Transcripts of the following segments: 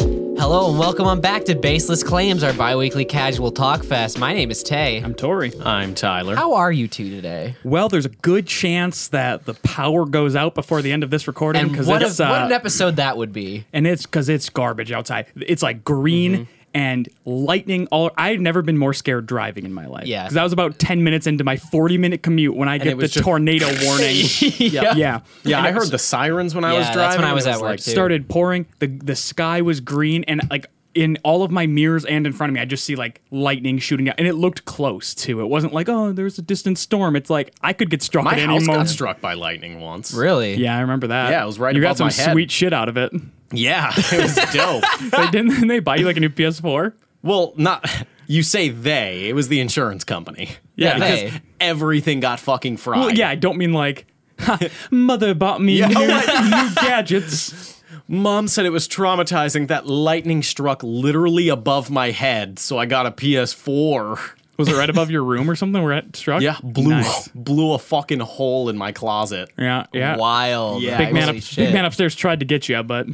Hello and welcome on back to Baseless Claims, our bi-weekly casual talk fest. My name is Tay. I'm Tori. I'm Tyler. How are you two today? Well, there's a good chance that the power goes out before the end of this recording And because what, a, it's uh, what an episode that would be. and it's because it's garbage outside. It's like green Mm-hmm. and lightning. All I've never been more scared driving in my life. Yeah. because that was about ten minutes into my forty minute commute when I get it the was just- tornado warning. yeah, yeah, Yeah, And I it heard the sirens when I Yeah, was that's driving. when I was It at work, too. started pouring. the The sky was green and like. In all of my mirrors and in front of me, I just see like lightning shooting out, and it looked close too. It wasn't like, oh, there's a distant storm. It's like I could get struck My at any house got moment. struck by lightning once. Really? Yeah, I remember that. Yeah, it was right You got above some my head. sweet shit out of it. Yeah, it was dope. they didn't. Didn't they buy you like a new PS4? well, not you say they. It was the insurance company. Yeah, because they. everything got fucking fried. Well, yeah, I don't mean like. "Ha, Mother bought me Yeah. new, new gadgets. Mom said it was traumatizing that lightning struck literally above my head, so I got a PS4. Was it right above your room or something where it struck? Yeah, blew Nice. blew a fucking hole in my closet. Yeah, yeah. Wild. Yeah, Big man, Holy up, shit. big man upstairs tried to get you, but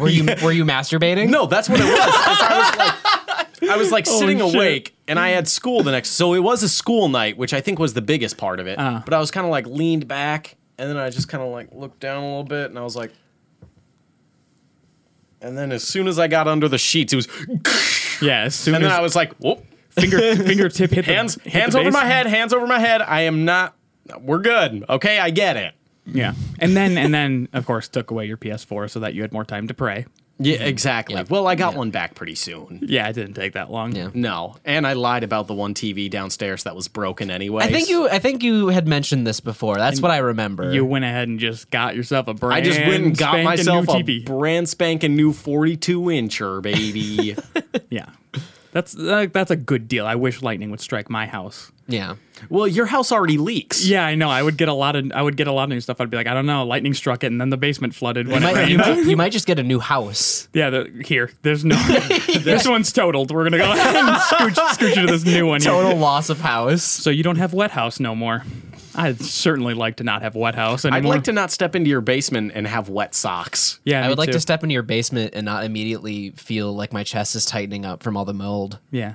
Were you were you masturbating? No, that's what it was. 'cause I was like, I was like sitting shit. awake, and I had school the next. So it was a school night, which I think was the biggest part of it. Uh-huh. But I was kind of like leaned back, and then I just kind of like looked down a little bit, and I was like. And then as soon as I got under the sheets, it was, yeah. As soon and then as I was like, whoop, finger fingertip hit the- hands, hit the hands over base. my head, hands over my head. I am not. We're good. Okay, I get it. Yeah, and then and then of course took away your PS4 so that you had more time to pray. Yeah, exactly. Yep. Well, I got one back pretty soon. Yeah, it didn't take that long. Yeah. No, and I lied about the one TV downstairs that was broken anyway. I think you I think you had mentioned this before. That's what I remember. You went ahead and just got yourself a brand. I just went and got spanking myself new a TV. brand spanking new 42 incher, baby. Yeah, that's that, that's a good deal. I wish lightning would strike my house. yeah. well, your house already leaks. Yeah, I know. I would get a lot of I would get a lot of new stuff. I'd be like, I don't know, lightning struck it, and then the basement flooded. When You it might, rained. you, might, you might just get a new house. yeah, the, here, there's no. this one's totaled. We're gonna go ahead and scooch, scooch you to this new one. here. Total loss of house. So you don't have wet house no more. I'd certainly like to not have wet house I'd anymore. like to not step into your basement and have wet socks. Yeah, I me would like too. to step into your basement and not immediately feel like my chest is tightening up from all the mold. Yeah,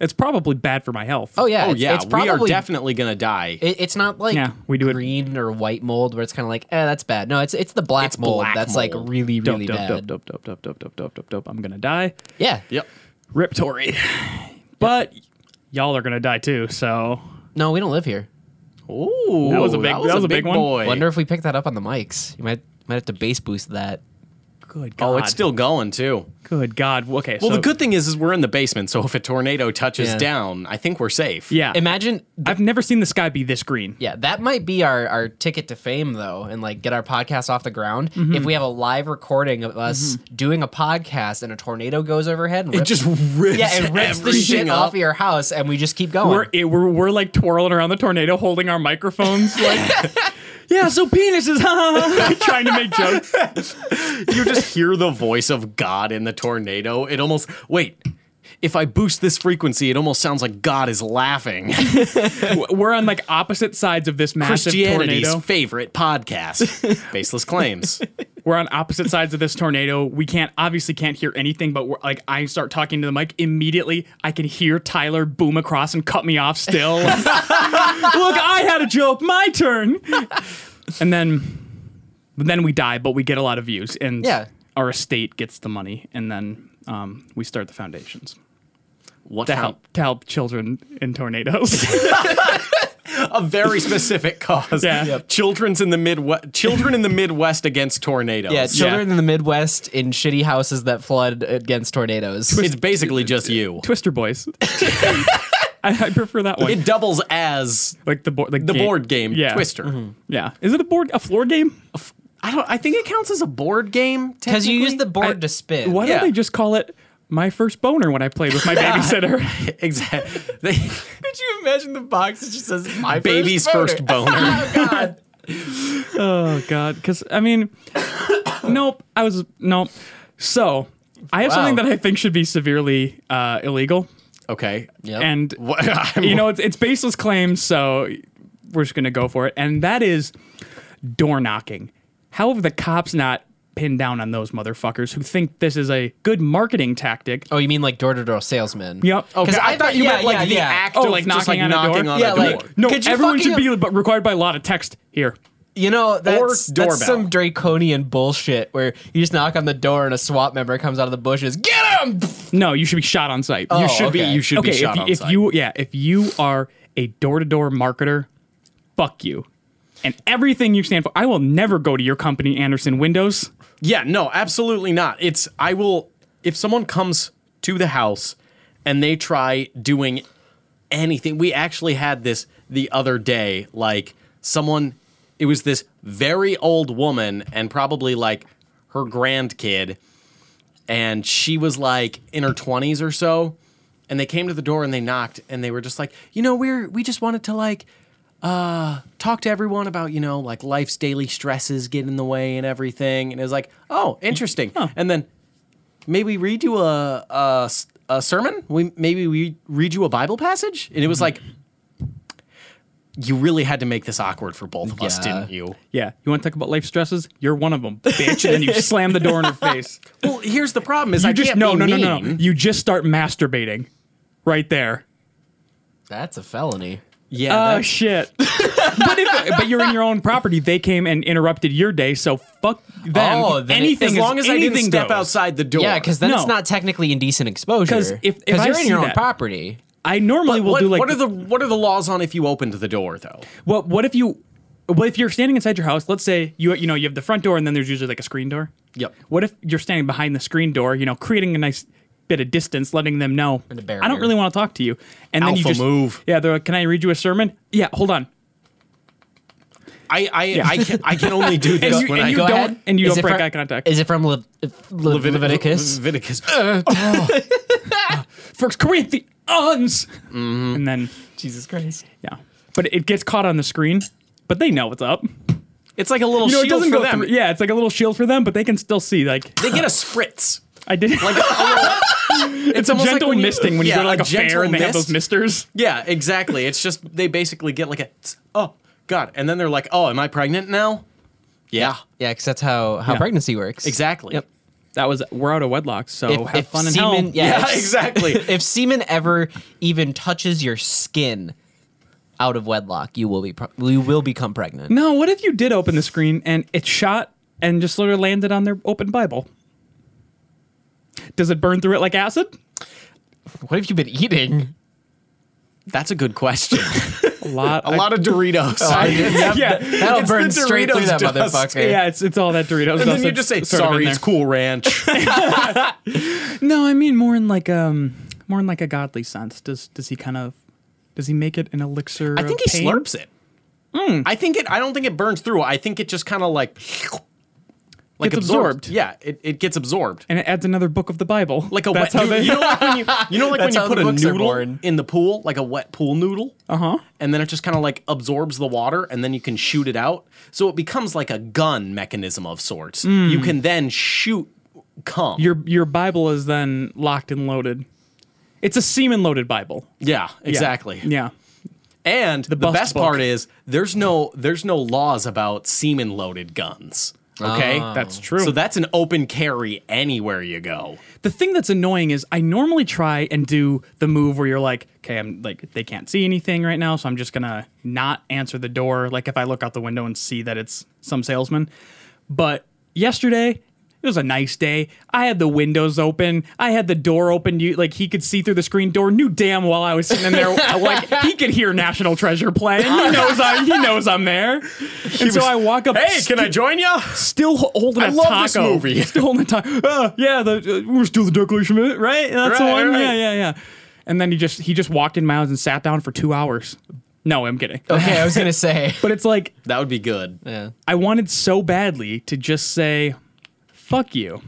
it's probably bad for my health. Oh yeah, Oh, it's, yeah. it's probably we are definitely going to die. It, it's not like Yeah, we do it- green or white mold where it's kind of like, eh, that's bad. No, it's it's the black It's mold black that's mold. like really dope, really dope, bad. dope, dope, dope, dope, dope, dope, dope, dope, dope. I'm gonna die. Yeah. yep. Rip Tory. But y'all are gonna die too. So No, we don't live here. Ooh. That was a big- that was a big one. boy. Wonder if we picked that up on the mics. You might might have to bass boost that. good. God. oh, it's still going, too. good. God. Okay. Well, so, the good thing is, is we're in the basement, so if a tornado touches Yeah. down, I think we're safe. Yeah. Imagine, I've never seen the sky be this green. yeah, that might be our our ticket to fame though, and like get our podcast off the ground. Mm-hmm. If we have a live recording of us doing a podcast and a tornado goes overhead, and It rips- just rips, yeah, it rips the shit everything up. off of your house, and we just keep going. We're, it, we're we're like twirling around the tornado, holding our microphones, like yeah. So penises, trying to make jokes. you just hear the voice of God in the tornado. It almost wait. If I boost this frequency, it almost sounds like God is laughing. We're on like opposite sides of this massive Christianity's tornado. favorite podcast, baseless claims. We're on opposite sides of this tornado. We can't obviously can't hear anything, but we're like I start talking to the mic immediately. I can hear Tyler boom across and cut me off. Still, look, I had a joke. My turn. And then, then we die, but we get a lot of views, and Yeah. our estate gets the money, and then um, we start the foundations. What to found- help to help children in tornadoes. A very specific cause. Yeah. Yep. Children's in the Midwest. Children in the Midwest against tornadoes. yeah, Yeah. children in the Midwest in shitty houses that flood against tornadoes. it's basically just you. Twister Boys. I, I prefer that one. It doubles as like the board, like the board game Yeah. Mm-hmm. Twister. Yeah, is it a board, a floor game? I don't. I think it counts as a board game Because you use the technically. board I- to spin. Why Yeah. don't they just call it my first boner when I played with my babysitter? exactly. They- Could you imagine the box that just says my baby's first boner. God. oh God, because I mean, nope. I was nope. So I have Wow. something that I think should be severely uh, illegal, okay. Yep. and Oh, What, I'm- you know it's it's baseless claims, so we're just gonna go for it, and that is door knocking. How have the cops not pin down on those motherfuckers who think this is a good marketing tactic. Oh, you mean like door to door salesman? Yep. Okay, 'Cause I, I thought bet- you yeah, meant like yeah, the yeah. act Oh, of like just like knocking on a knocking door? on Yeah, a door. like- No, Could you everyone should fucking- be but required by law to text here. You know, that's, doorbell. that's some draconian bullshit where you just knock on the door and a SWAT member comes out of the bushes. Get him! No, you should be shot on site. you Oh, should okay. be. You should okay, be shot if, on if site. you yeah, if you are a door to door marketer, fuck you. And everything you stand for, I will never go to your company, Anderson Windows. Yeah, no, absolutely not. It's I will if someone comes to the house and they try doing anything. We actually had this the other day like someone it was this very old woman and probably like her grandkid and she was like in her 20s or so and they came to the door and they knocked and they were just like you know we're we just wanted to like uh talk to everyone about you know like life's daily stresses get in the way and everything and it was like oh interesting and then maybe read you a a, s- a sermon we maybe we read you a bible passage and it was like you really had to make this awkward for both of us Yeah. didn't you Yeah, you want to talk about life stresses? You're one of them, bitch. and then you slam the door in her face. well here's the problem is You i just can't no be no no mean. no. You just start masturbating, right there. That's a felony. yeah Oh that's- shit! but if, but you're in your own property. They came and interrupted your day, so fuck them. Oh, then it- anything as long as I didn't anything step goes. outside the door. Yeah, because then it's No. not technically indecent exposure. 'Cause if- if I you're in see your own that- property, I normally will what, do like what are the what are the laws on if you opened the door though? What what if you what if you're standing inside your house? Let's say you you know you have the front door and then there's usually like a screen door. Yep. What if you're standing behind the screen door, you know, creating a nice bit of distance, letting them know a barrier. I don't really want to talk to you. And then you Alpha just move. Yeah, they're like, Can I read you a sermon? Yeah, hold on. I I I, can, I can only do this you- when and I you go don't- ahead. and you Is don't it break from- eye contact. Is it from Le- Le- Levit- Leviticus? Leviticus. First Corinthians Mm-hmm. and then Jesus Christ! yeah. But it gets caught on the screen, but they know what's up. It's like a little You know, it shield doesn't for go them. through. Yeah, it's like a little shield for them, but they can still see. Like They get a spritz. I did, like It's almost gentle like when you- misting when you yeah, go to like a, gentle fair and they have mist. those misters. Yeah, exactly. It's just they basically get like a tss, oh god, and then they're like, oh, am I pregnant now? Yeah, Yeah, because that's how how Yeah. pregnancy works. exactly. Yep. that was we're out of wedlock, so If- Oh, have if fun in semen- hell. yeah. Yeah, Yes. exactly. If semen ever even touches your skin out of wedlock, you will be pre- you will become pregnant. No, what if you did open the screen and it shot and just sort of landed on their open Bible? Does it burn through it like acid? What have you been eating? That's a good question. A lot. a lot of Doritos. Oh, yeah. That'll It's burn the straight through Doritos that dust. motherfucker. Yeah, it's it's all that Doritos. And then dust you that's just say, sort of in sorry, there. it's Cool Ranch. No, I mean more in like um more in like a godly sense. Does does he kind of does he make it an elixir? I think he of pain? slurps it. I think it. I don't think it burns through. I think it just kind of like like Gets absorbs. absorbed. Yeah, it, it gets absorbed. and it adds another book of the Bible. Like a That's wet. how they. you, you know, like when you you know, like when That's you how put the a books are noodle born. in the pool, like a wet pool noodle. Uh Uh-huh. And then it just kind of like absorbs the water, and then you can shoot it out. So it becomes like a gun mechanism of sorts. You can then shoot cum. your your Bible is then locked and loaded. It's a semen loaded Bible. yeah, Yeah. exactly. Yeah. And the, bust best book. part is there's no there's no laws about semen loaded guns. Okay, That's true. So that's an open carry anywhere you go. the thing that's annoying is I normally try and do the move where you're like, okay, I'm like they can't see anything right now, so I'm just gonna not answer the door. Like if I look out the window and see that it's some salesman. But yesterday it was a nice day. I had the windows open. I had the door open. You like he could see through the screen door. Knew damn well I was sitting in there. like he could hear National Treasure playing. He knows I. He knows I'm there. And so I walk up. I join you? still ho- holding a love this taco. movie. Still holding a taco. Oh, yeah, the, uh, we're still the Declaration of It- right? That's the Right, one. right. Yeah, yeah, yeah. And then he just he just walked in miles and sat down for two hours. No, I'm kidding. Okay, I was gonna say. But it's like That would be good. yeah. I wanted so badly to just say, "Fuck you,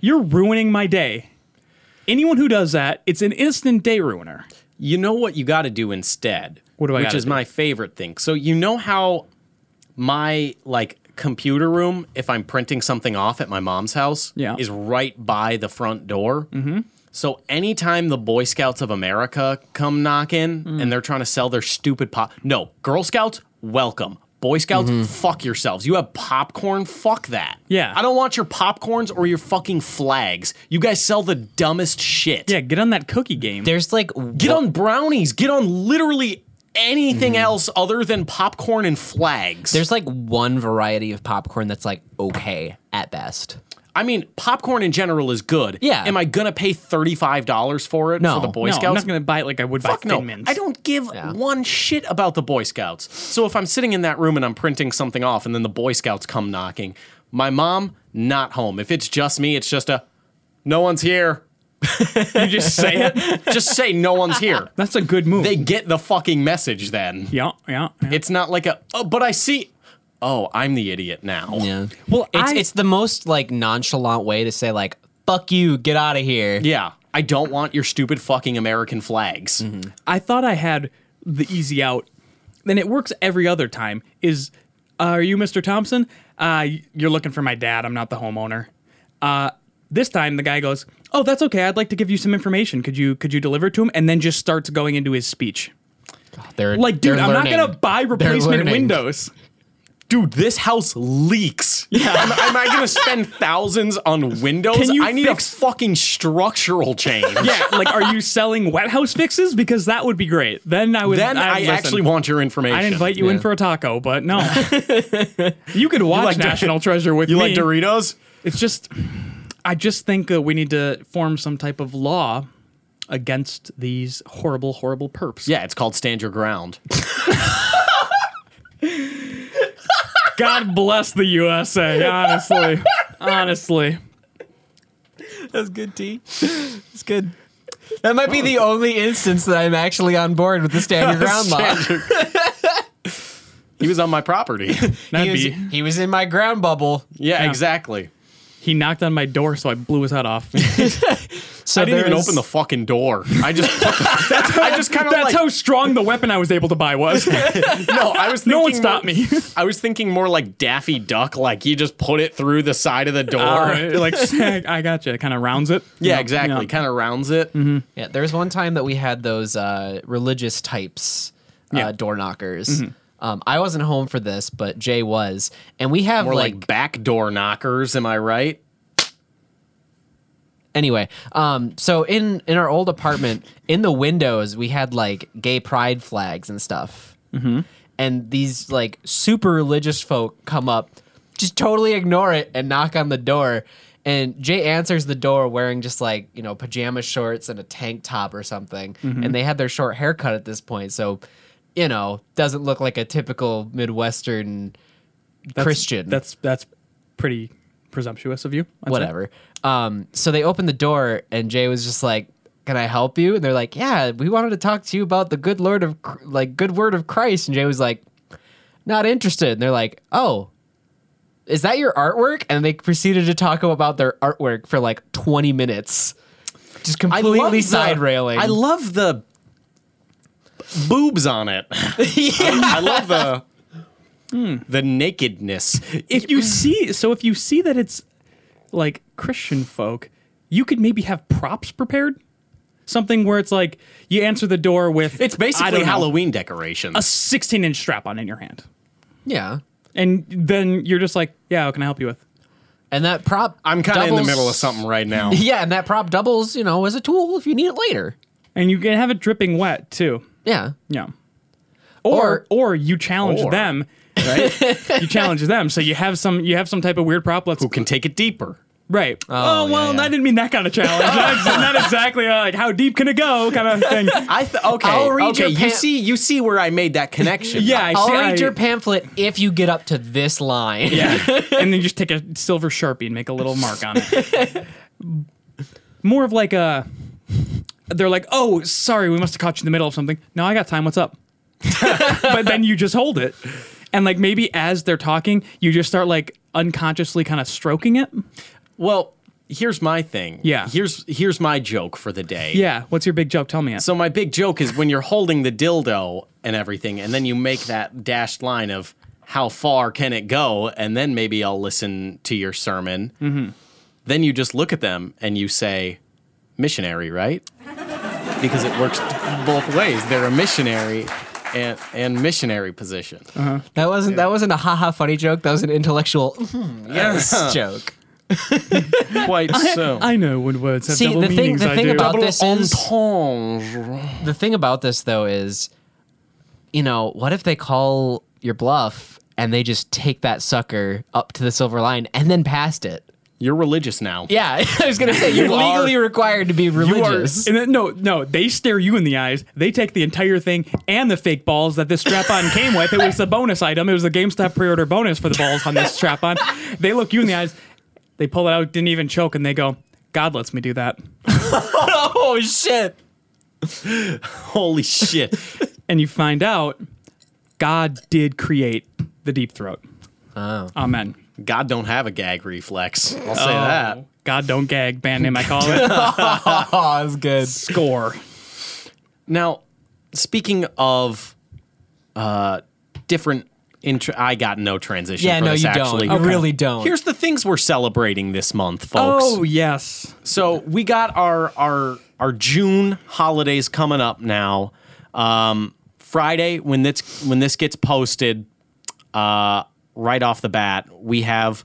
you're ruining my day." Anyone who does that, it's an instant day ruiner. You know what you got to do instead? What do I Which gotta is do? my favorite thing. So you know how my like computer room, if I'm printing something off at my mom's house, Yeah. is right by the front door. Mm-hmm. So anytime the Boy Scouts of Mm. America come knocking and they're trying to sell their stupid pop, no Girl Scouts, welcome. Boy Scouts, fuck yourselves. You have popcorn, fuck that. Mm-hmm. Yeah. I don't want your popcorns or your fucking flags. You guys sell the dumbest shit. Yeah, get on that cookie game. There's like Get on brownies. Get on literally anything Mm-hmm. else other than popcorn and flags. There's like one variety of popcorn that's like okay at best. I mean, popcorn in general is good. Yeah. Am I gonna pay thirty five dollars for it No. for the Boy no, Scouts? I'm not gonna buy it like I would Fuck buy no. Thin Mints. I don't give one shit about the Boy Scouts. So if I'm sitting in that room and I'm printing something off and then the Boy Scouts come knocking, my mom not home. If it's just me, it's just a no one's here. You just say it. Just say no one's here. That's a good move. They get the fucking message then. yeah, yeah. yeah. It's not like a oh, but I see Oh, I'm the idiot now. Yeah. Well, it's I- it's the most like nonchalant way to say like fuck you, get out of here. Yeah. I don't want your stupid fucking American flags. I thought I had the easy out, and it works every other time. Is uh, are you Mr. Thompson? Uh, y- you're looking for my dad. I'm not the homeowner. Uh, this time the guy goes, "Oh, that's okay. I'd like to give you some information. Could you could you deliver it to him?" And then just starts going into his speech. They're Like, dude, they're I'm learning. not gonna buy They're replacement learning. windows. dude, this house leaks. Am, am I gonna spend thousands on windows? Can you I need fix- a fucking structural change. yeah, like, are you selling wet house fixes? Because that would be great. Then I would. Then I'd I listen. actually want your information. I'd invite you in Yeah. for a taco, but no. you could watch like Dor- National Treasure with You me. like Doritos? It's just, I just think uh, we need to form some type of law against these horrible, horrible perps. Yeah, it's called Stand Your Ground. God bless the USA. Honestly, honestly. That's good tea. It's good. That might be the only instance that I'm actually on board with the stand your ground law. Stand Your- he was on my property. He That'd was, be, he was in my ground bubble. Yeah, exactly. he knocked on my door, so I blew his head off. So I didn't even there's- open the fucking door. I just, put the- I just kind of That's like, how strong the weapon I was able to buy was. no, I was thinking No one more- stopped me. I was thinking more like Daffy Duck, like you just put it through the side of the door. Or, like, I got you. Kind of rounds it. Yeah, Mm-hmm. exactly. yeah. Kind of rounds it. Yeah, there was one time that we had those uh, religious types uh, Yeah. door knockers. Mm-hmm. Um, I wasn't home for this, but Jay was, and we have More like, like backdoor knockers, am I right? anyway. Um, so in in our old apartment, in the windows, we had like gay pride flags and stuff, mm-hmm. and these like super religious folk come up, just totally ignore it and knock on the door. And Jay answers the door wearing just like, you know, pajama shorts and a tank top or something. Mm-hmm. And they had their short haircut at this point. So, you know, doesn't look like a typical Midwestern Christian. That's that's pretty presumptuous of you. I'd say. whatever. Um, so they opened the door, and Jay was just like, "Can I help you?" And they're like, "Yeah, we wanted to talk to you about the good Lord of Cr- like good word of Christ." And Jay was like, "Not interested." And they're like, "Oh." Is that your artwork? And they proceeded to talk about their artwork for like 20 minutes. Just love completely the- side railing. I love the boobs on it. I love the the nakedness. If you see, so if you see that it's like Christian folk, you could maybe have props prepared. Something where it's like you answer the door with It's I don't basically know, Halloween a decorations. sixteen inch strap on in your hand, yeah. and then you're just like, yeah, what can I help you with? And that prop. I'm kind of in the doubles- middle of something right now. Yeah, and that prop doubles, you know, as a tool if you need it later. And you can have it dripping wet too. Yeah. Yeah. Or- Or or you challenge Or. them, right? you challenge them, so you have some you have some type of weird prop. Let's Who can take it deeper? Right. Oh, yeah, well, yeah. I didn't mean that kind of challenge. That's not exactly uh, like how deep can it go kind of thing. I th- okay. I'll read okay, your you pam- see, you see where I made that connection. Yeah, I I'll see. read I- your pamphlet if you get up to this line. yeah. and then you just take a silver sharpie and make a little mark on it. More of like a. They're like, oh, sorry, we must have caught you in the middle of something. No, I got time. What's up? but then you just hold it, and like maybe as they're talking, you just start like unconsciously kind of stroking it. Well, here's my thing. Yeah. Here's here's my joke for the day. Yeah. What's your big joke? Tell me it. So my big joke is when you're holding the dildo and everything, and then you make that dashed line of how far can it go, and then maybe I'll listen to your sermon. Then you just look at them and you say, "Missionary, right?" Because it works both ways. They're a missionary, and, and missionary position. That wasn't that wasn't a haha funny joke. That was an intellectual yes joke. Quite so. I know when words have See, double the thing- meanings. the I thing do. about- Double this is- entendre. The thing about this though is, you know, what if they call your bluff and they just take that sucker up to the silver line and then past it? You're religious now. Yeah, I was gonna say you're You are- legally required to be religious. And then, no, no, they stare you in the eyes. They take the entire thing and the fake balls that this strap on came with. It was the bonus item. It was the GameStop pre order bonus for the balls on this strap on. They look you in the eyes. They pull it out, didn't even choke, and they go, God lets me do that. oh shit! Holy shit. And you find out God did create the deep throat. Oh. Amen. God don't have a gag reflex. I'll say Oh, that. God don't gag, band name I call it. Oh, that's good. Score. Now, speaking of uh different intro I got no transition. Yeah, for no, this, you actually. don't. You really don't. Here's the things we're celebrating this month, folks. Oh, yes. So we got our our our June holidays coming up now. Um, Friday when this when this gets posted, uh, right off the bat we have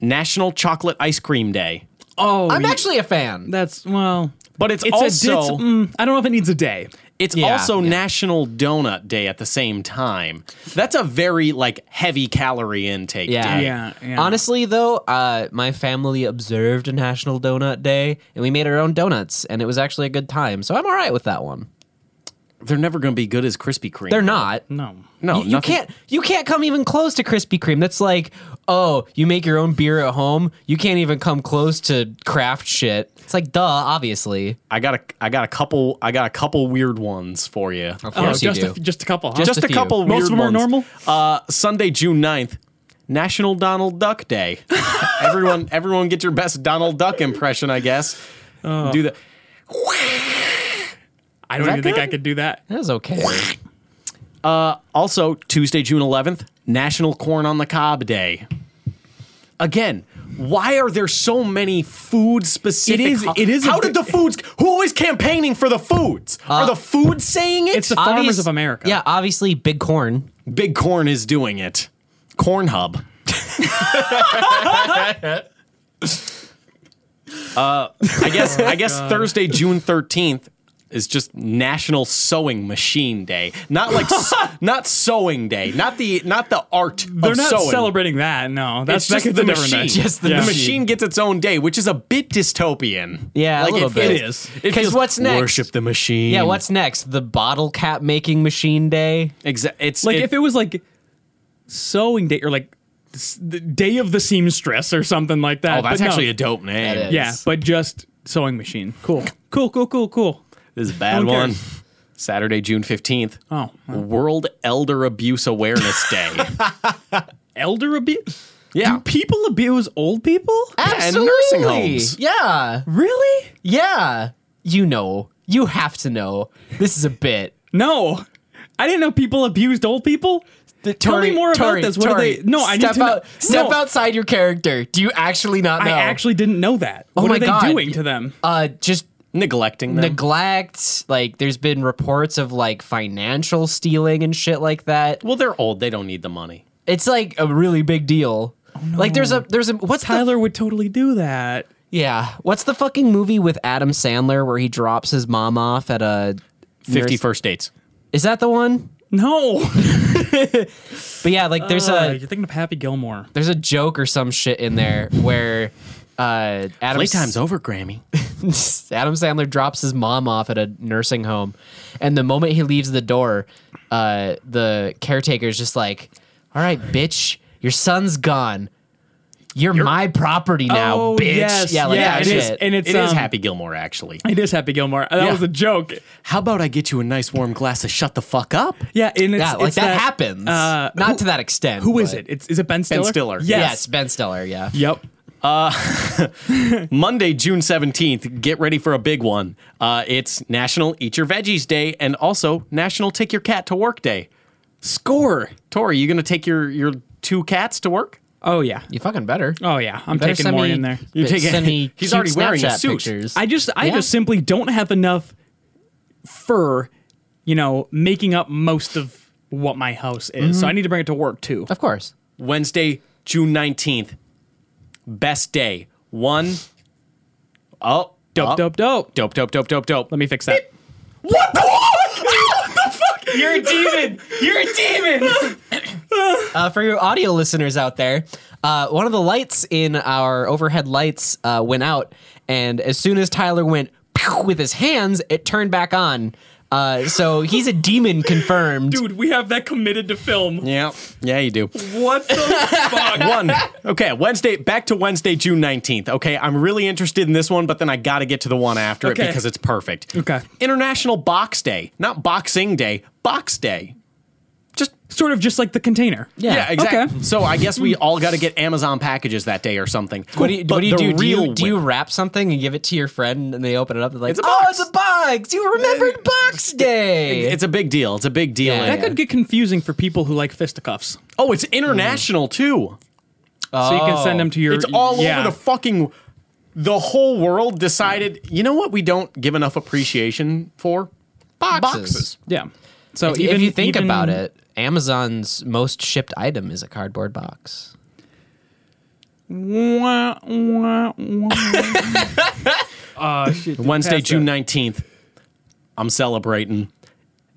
National Chocolate Ice Cream Day, Oh, I'm ye- actually a fan. That's, well. but it's, It's a, it's, also mm, I don't know if it needs a day. it's Yeah, also yeah. National Donut Day at the same time. That's a very like heavy calorie intake Yeah. day. Yeah, yeah. Honestly, though, uh, my family observed National Donut Day, and we made our own donuts, and it was actually a good time. So I'm all right with that one. They're never going to be good as Krispy Kreme. They're not. No. No, you, you nothing- can't. You can't come even close to Krispy Kreme. That's like, oh, you make your own beer at home. You can't even come close to craft shit. It's like, duh, obviously. I got a I got a couple I got a couple weird ones for you. Of course Oh, you just, do. A, just a couple. huh? just, a a, few. couple Most weird of them are ones. normal? uh sunday june 9th national donald duck day everyone everyone get your best donald duck impression i guess do that I don't even that think I good? could do that. That was okay. also tuesday june 11th national corn on the cob day again why are there so many food specific It is- it is a how big- did the foods who is campaigning for the foods are the foods saying it It's the farmers Obvious- of America. Yeah, obviously, big corn. Big Corn is doing it. Corn Hub. uh, Uh, I guess Oh I guess Thursday, June thirteenth, is just National Sewing Machine Day. Not like s- not sewing day. Not the not the art. They're of not sewing. celebrating that. No, that's It's just that's the a different machine. day. Just the The Yeah. machine gets its own day, which is a bit dystopian. Yeah, a like little it bit. It feels- is. It 'Cause feels what's next? Worship the machine. Yeah, what's next? The bottle cap making machine day. Exa- it's Like it- if it was like sewing day or like s- the day of the seamstress or something like that. oh, that's but no. actually a dope name. That is. yeah, but just sewing machine. Cool, cool, cool, cool, cool. This is a bad Who cares? one. Saturday, June 15th. Oh. World Elder Abuse Awareness Day. Elder abuse. yeah. Do people abuse old people? and nursing homes. Yeah. Really? Yeah. You know. You have to know. This is a bit. No, I didn't know people abused old people. Tell me Tori- more Tori, about this. What Tori, are they? No, I need step to know- out, Step No. outside your character. Do you actually not I know? actually didn't know that. Oh what my are they God. doing to them? Uh, just Neglecting them. neglect. Like, there's been reports of like financial stealing and shit like that. well, they're old. They don't need the money. It's like a really big deal. Like, there's a there's a what's the Oh, Tyler would totally do that. yeah what's the fucking movie with Adam Sandler where he drops his mom off at a nurse- 51st dates. Is that the one? No. But yeah, like there's Uh, a you're thinking of Happy Gilmore. there's a joke or some shit in there where uh Adam Playtime's over, Grammy. Adam Sandler drops his mom off at a nursing home and the moment he leaves the door, uh the caretaker's just like, "All right, bitch, your son's gone. You're, my property now, Oh, bitch." yes, yeah, like yeah, that it is. shit. And it's, It is um, Happy Gilmore, actually. It is Happy Gilmore. That Yeah. was a joke. How about I get you a nice warm glass of shut the fuck up? Yeah, and it's, yeah, like it's that, happens. Uh, Not to that extent. who is but- it? It's is it Ben Stiller? Stiller. Yes. Yes. Ben Stiller, yeah. Yep. Monday, June 17th. Get ready for a big one. Uh, it's National Eat Your Veggies Day and also National Take Your Cat to Work Day. Score. Tori, you going to take your, your two cats to work? Oh yeah. You fucking better. Oh yeah. I'm Better taking send more me- in there. You're taking- send me He's cute already wearing a Snapchat suit. Pictures. I just I Yeah. just simply don't have enough fur you know, making up most of what my house is. So I need to bring it to work too. Of course. Wednesday, June 19th. Best day. One. Oh. Dope, up. dope, dope. Dope, dope, dope, dope, dope. Let me fix that. What the fuck? what the fuck? You're a demon. You're a demon. Uh, for your audio listeners out there, uh, one of the lights in our overhead lights uh, went out, and as soon as Tyler went pew with his hands, it turned back on. Uh, so he's a demon confirmed. Dude, we have that committed to film. Yeah. Yeah, you do. What the fuck? One. Okay, Wednesday, back to Wednesday, June 19th. Okay, I'm really interested in this one, but then I got to get to the one after Okay. it because it's perfect. Okay. International Box Day. Not Boxing Day, Box Day. Just Sort of just like the container. Yeah. Yeah, exactly. Okay. So I guess we all got to get Amazon packages that day or something. What do you, But what do, you the do? Do real you, do you win- wrap something and give it to your friend, and they open it up? And like, It's a oh, box." it's a box. You remembered Box Day. It's a big deal. It's a big deal. Yeah. That And- could get confusing for people who like fisticuffs. oh, it's international too. So you can Oh. send them to your. It's all yeah. over the fucking. The whole world decided. You know what? We don't give enough appreciation for Boxes. yeah. So If, even if you think even- about it, Amazon's most shipped item is a cardboard box. Wah, wah, wah. uh, shit, dude, Wednesday, pass June that. nineteenth. I'm celebrating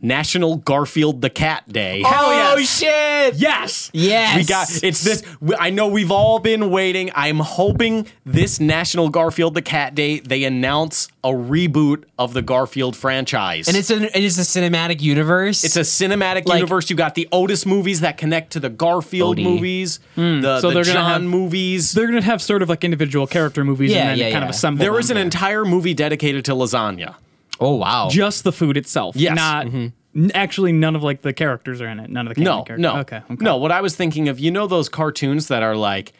National Garfield the Cat Day. oh shit! Yes. Yes, We got it's this. we- I know we've all been waiting. I'm hoping this National Garfield the Cat Day they announce a reboot of the Garfield franchise. and it's an it is a cinematic universe. it's a cinematic like- universe. You got the Otis movies that connect to the Garfield Odie. Hmm. movies, the, So the they're gonna John have- movies. They're gonna have sort of like individual character movies Yeah, and then yeah, kind yeah. of assemble. there was them. an entire movie dedicated to lasagna. oh wow. just the food itself. Yes. Not Mm-hmm. n- actually none of like the characters are in it. None of the No, characters. no, Okay. okay. no. What I was thinking of, you know, those cartoons that are like,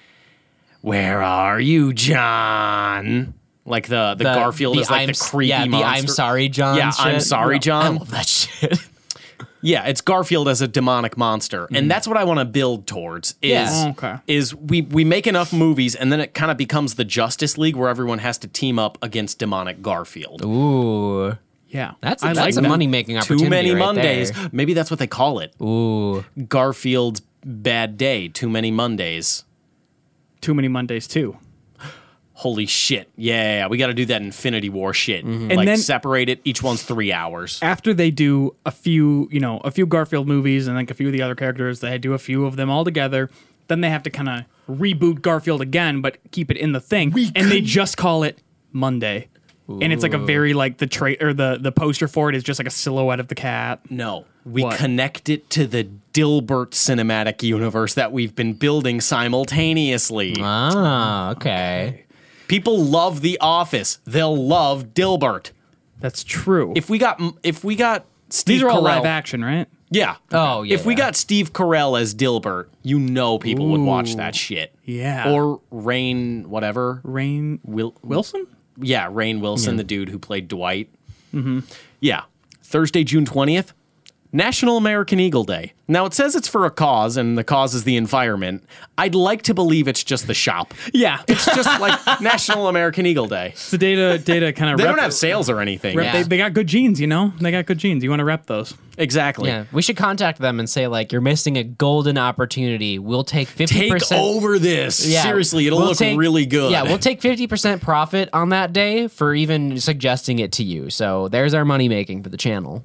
"Where are you, John?" Like the the, Garfield is like I'm the s- creepy yeah, the monster. I'm Um, sorry, John. Yeah, I'm shit. sorry, I John. love that shit. Yeah, it's Garfield as a demonic monster, and that's what I want to build towards. Is Mm-hmm. Yeah. Oh, Okay. is we we make enough movies, and then it kind of becomes the Justice League where everyone has to team up against demonic Garfield. Ooh, Yeah. that's I that's like a that. money making opportunity. Too many right Mondays. there. Maybe that's what they call it. Ooh, Garfield's bad day. Too many Mondays. Too many Mondays too. Holy shit. Yeah, we got to do that Infinity War shit. And Mm-hmm. Like then- separate it. Each one's three hours. After they do a few, you know, a few Garfield movies and like a few of the other characters, they do a few of them all together. Then they have to kind of reboot Garfield again, but keep it in the thing. and they just call it Monday. And it's like a very like the trait or the the poster for it is just like a silhouette of the cat. No, we What? connect it to the Dilbert cinematic universe that we've been building simultaneously. ah, okay. People love The Office. They'll love Dilbert. That's true. If we got if we got Steve These are all Carell, live action, right? yeah. Oh, yeah, If we yeah. got Steve Carell as Dilbert, you know people would watch that shit. yeah. Or Rain whatever. Rain Will Wilson? yeah, Rain Wilson, the dude who played Dwight. Mm-hmm. Yeah. Thursday, June 20th, National American Eagle Day. Now, it says it's for a cause, and the cause is the environment. I'd like to believe it's just the shop. Yeah. It's just like National American Eagle Day. It's the data data kind of They rep, don't have sales or anything. rep- Yeah. they, they got good genes, you know? They got good genes. You want to rep those. Exactly. Yeah, we should contact them and say like you're missing a golden opportunity. We'll take fifty Take percent. over this. Yeah, Seriously, it'll we'll look take- really good. Yeah, we'll take fifty percent profit on that day for even suggesting it to you. So there's our money making for the channel.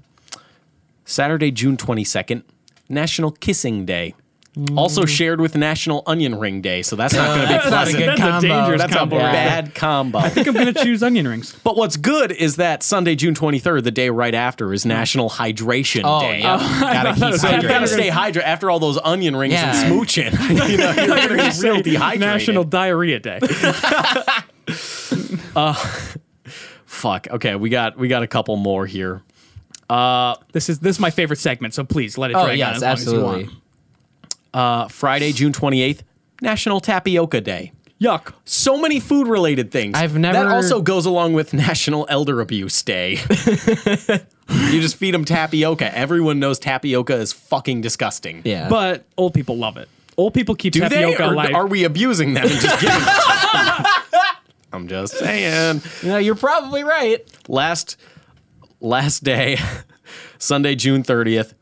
Saturday, June 22nd, National Kissing Day. Mm. Also shared with National Onion Ring Day, so that's not going to be That's not a pleasant. good That's a combo. dangerous That's a combo. bad combo. I think I'm going to choose onion rings. But what's good is that Sunday, June 23rd, the day right after, is National Hydration Oh, Day. yeah. gotta keep was- I thought hydrated. You you were gotta stay hydrated after all those onion rings Yeah. and smooching. you know, you're gonna be real dehydrated. National Diarrhea Day. Fuck. Okay, we got we got a couple more here. this is this is my favorite segment, so please let it Oh drag on yes, as long as you absolutely. want. Uh, Friday, June 28th, National Tapioca Day. Yuck. So many food related things. I've That never- also goes along with National Elder Abuse Day. you just feed them tapioca. Everyone knows tapioca is fucking disgusting. Yeah, But old people love it. Old people keep Do tapioca they? Or alive. are we abusing them and just giving them? I'm just saying. no, you're probably right. Last last day, Sunday, June 30th.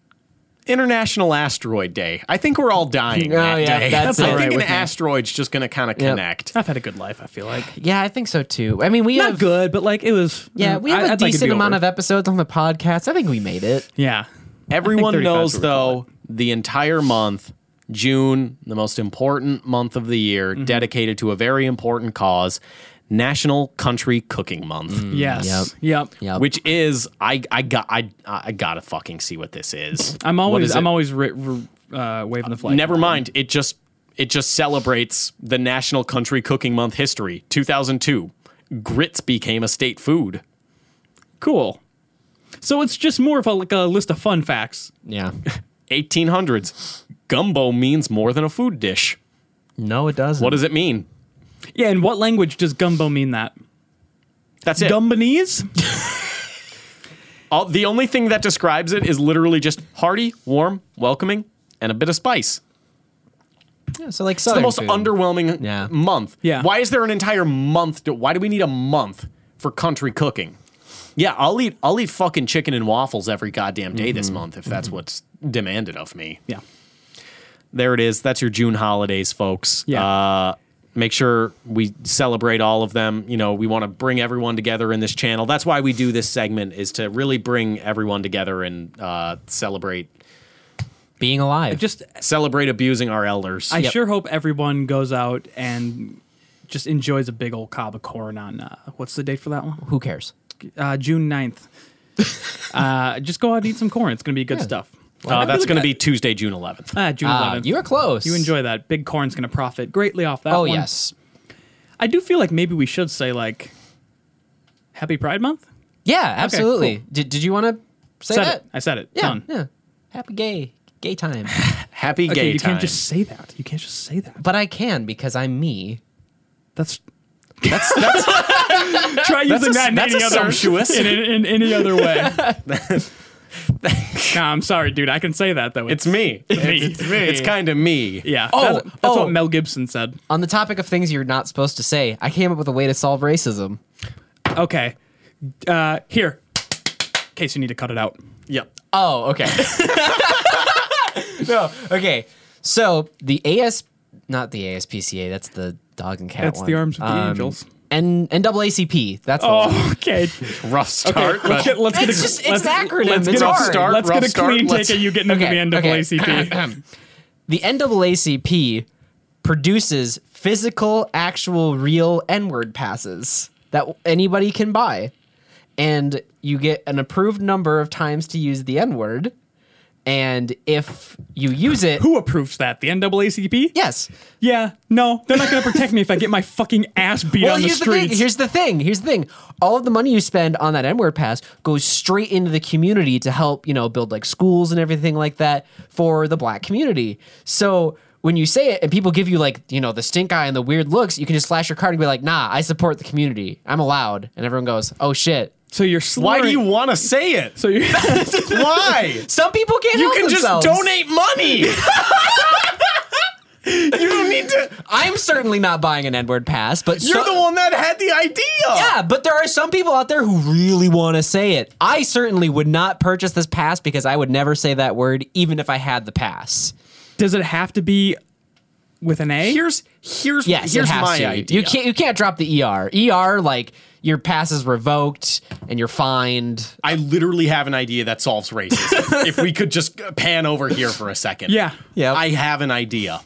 International Asteroid Day. I think we're all dying Oh, that yeah, day. that's I all right think an with me. asteroid's just going to kind of connect. I've had a good life. I feel like Yeah, I think so too. I mean, we not have good, but like it was. Yeah, we have a a decent amount of episodes on the podcast. I think we made it. Yeah, Everyone 35 knows, is what we call though, the entire month, June, the most important month of the year, Mm-hmm. dedicated to a very important cause, National Country Cooking Month. yes, Mm. yep. Yeah, Which is I I got I I gotta fucking see what this is. I'm What always is I'm it? always ri ri- uh, waving the flag. Never mind. It just it just celebrates the National Country Cooking Month history. 2002, grits became a state food. cool. So it's just more of a, like a list of fun facts. yeah. 1800s, gumbo means more than a food dish. No, it doesn't. What does it mean? Yeah, in what language does gumbo mean that? That's it. Gumbanese? All, the only thing that describes it is literally just hearty, warm, welcoming, and a bit of spice. Yeah, so like It's the southern most food. underwhelming Yeah. month. Yeah. Why is there an entire month? To, why do we need a month for country cooking? Yeah, I'll eat I'll eat fucking chicken and waffles every goddamn day this month if that's what's demanded of me. yeah. Mm-hmm. There it is. That's your June holidays, folks. Yeah. Uh, make sure we celebrate all of them. You know, we want to bring everyone together in this channel. That's why we do this segment is to really bring everyone together and uh, celebrate being alive. Just celebrate abusing our elders. I Yep. sure hope everyone goes out and just enjoys a big old cob of corn on uh, what's the date for that one? who cares? Uh, June 9th. uh, just go out and eat some corn. It's going to be good Yeah. stuff. uh, that's going to to be Tuesday, June 11th. Ah, June Ah, 11th. you were close. You enjoy that. Big corn's going to profit greatly off that Oh one. yes. I do feel like maybe we should say like Happy Pride Month. Yeah, absolutely. cool. Did Did you want to say said that? it. I said it. yeah. Done. Yeah. Happy gay gay time. Happy Okay, gay you time. can't just say that. You can't just say that. but I can because I'm me. That's That's, that's, try using a- that in that's any other assumptuous. in, in, in any other way. nah, I'm sorry, dude. I can say that though. it's me. It's me. It's kind of me. yeah. Oh, that's, that's oh. what Mel Gibson said. On the topic of things you're not supposed to say, I came up with a way to solve racism. Okay, uh, here. In case you need to cut it out. Yep. Oh, okay. no, okay. So the AS, not the ASPCA. That's the dog and cat. That's one. Um, the Arms of the Angels. And and NAACP. That's the one. Oh, okay. Rough start. Okay, let's get let's get It's a, just- it's let's, acronym, Let's it's get a, hard. Start, let's rough get a start, clean let's- take of you getting into Okay, the end of okay. ACP. The NAACP produces physical, actual, real N-word passes that anybody can buy, and you get an approved number of times to use the N-word, and if you use it, Who approves that? The NAACP? yes, Yeah, no, they're not going to protect me if I get my fucking ass beat on the here's thing. streets. Here's the thing. Here's the thing. All of the money you spend on that N-word pass goes straight into the community to help, you know, build like schools and everything like that for the black community. So when you say it and people give you like, you know, the stink eye and the weird looks, you can just flash your card and be like, nah, I support the community. I'm allowed. And everyone goes, oh shit. so you're slurring. Why do you want to say it? So you're. Why? Some people can't You help can just themselves. donate money. you don't need to. I'm certainly not buying an N-word pass, but You're so- the one that had the idea. Yeah, but there are some people out there who really want to say it. I certainly would not purchase this pass because I would never say that word, even if I had the pass. Does it have to be with an A? Here's here's Yes, here's it has my to. idea. You can't you can't drop the ER. ER like your pass is revoked and you're fined. I literally have an idea that solves racism. if we could just pan over here for a second. Yeah. Yeah, I have an idea.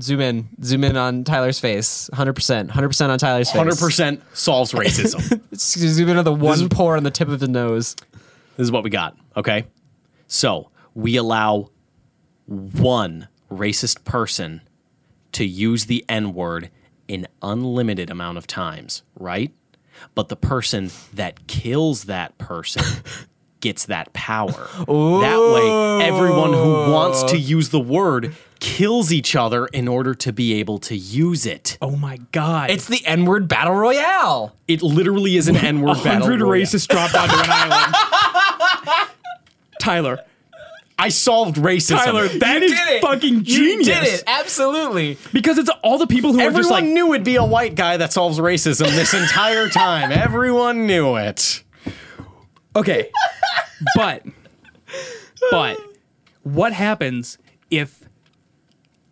zoom in, zoom in on Tyler's face. Hundred percent, hundred percent on Tyler's face. 100% solves racism. Zoom in on the one pore on the tip of the nose. This is what we got, okay? So we allow one racist person to use the N word an unlimited amount of times, right? But the person that kills that person gets that power. That way, everyone who wants to use the word kills each other in order to be able to use it. Oh my god. It's the N word battle royale. It literally is an N word battle. hundred royale. racists dropped onto an island. Tyler. I solved racism. Tyler, that is did it. fucking genius. You did it absolutely. Because it's all the people who are Everyone just like knew it'd be a white guy that solves racism this entire time. Everyone knew it. Okay. but But what happens if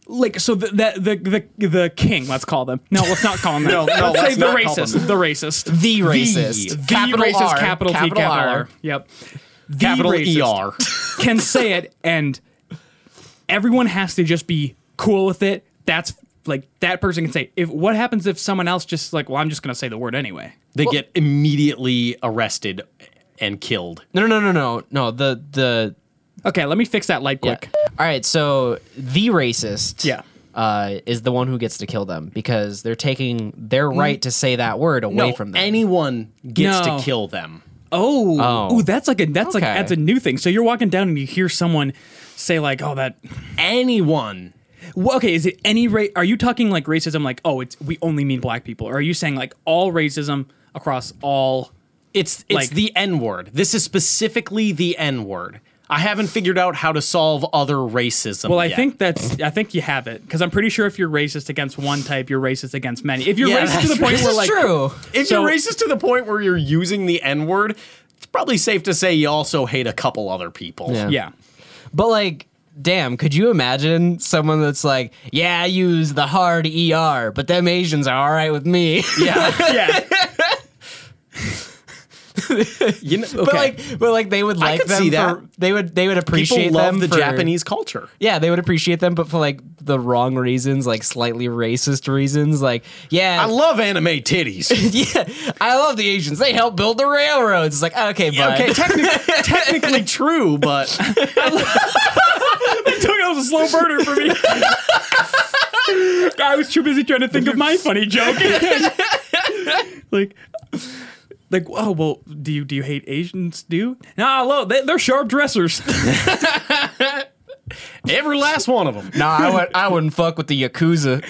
like so the the the, the, the king, let's call them. No, let's not call them. that. No, no, let's say not the call them racist. that. The racist. The racist. The capital racist R, capital T capital capital R. R. Yep. The Capital racist ER. can say it and everyone has to just be cool with it. That's like that person can say if what happens if someone else just like, well, I'm just gonna say the word anyway. They get immediately arrested and killed. No, no, no, no, no, no. The the Okay, let me fix that light yeah. quick. All right, so the racist. Yeah. Uh, is the one who gets to kill them because they're taking their right to say that word away no, from them. anyone gets No. to kill them. Oh, Oh. Ooh, that's like a that's like Okay. that's a new thing. So you're walking down and you hear someone say like, "Oh, that." Anyone. Well, okay, is it any rate? Are you talking like racism? Like, oh, it's we only mean black people, or are you saying like all racism across all? It's it's Like- the N word. This is specifically the N word. I haven't figured out how to solve other racism. Well, I yet. think that's I think you have it because I'm pretty sure if you're racist against one type, you're racist against many. If you're Yeah, racist to the that's point this where is like true. if so- you're racist to the point where you're using the N word, it's probably safe to say you also hate a couple other people. Yeah. yeah, But like, damn, could you imagine someone that's like, yeah, I use the hard ER, but them Asians are all right with me. yeah. yeah, You know, okay. but like, but like they would like could them. see for- that. they would they would appreciate people love them the for- Japanese culture. Yeah, they would appreciate them, but for like the wrong reasons, like slightly racist reasons. Like, yeah, I love anime titties. yeah, I love the Asians. They help build the railroads. It's like, okay, bud. okay, technically, technically true, but took that was a slow burner for me. I was too busy trying to think of my funny joke. like, like, oh well. Do you do you hate Asians? Do nah, look, they, they're sharp dressers. every last one of them. No, I would I wouldn't fuck with the Yakuza.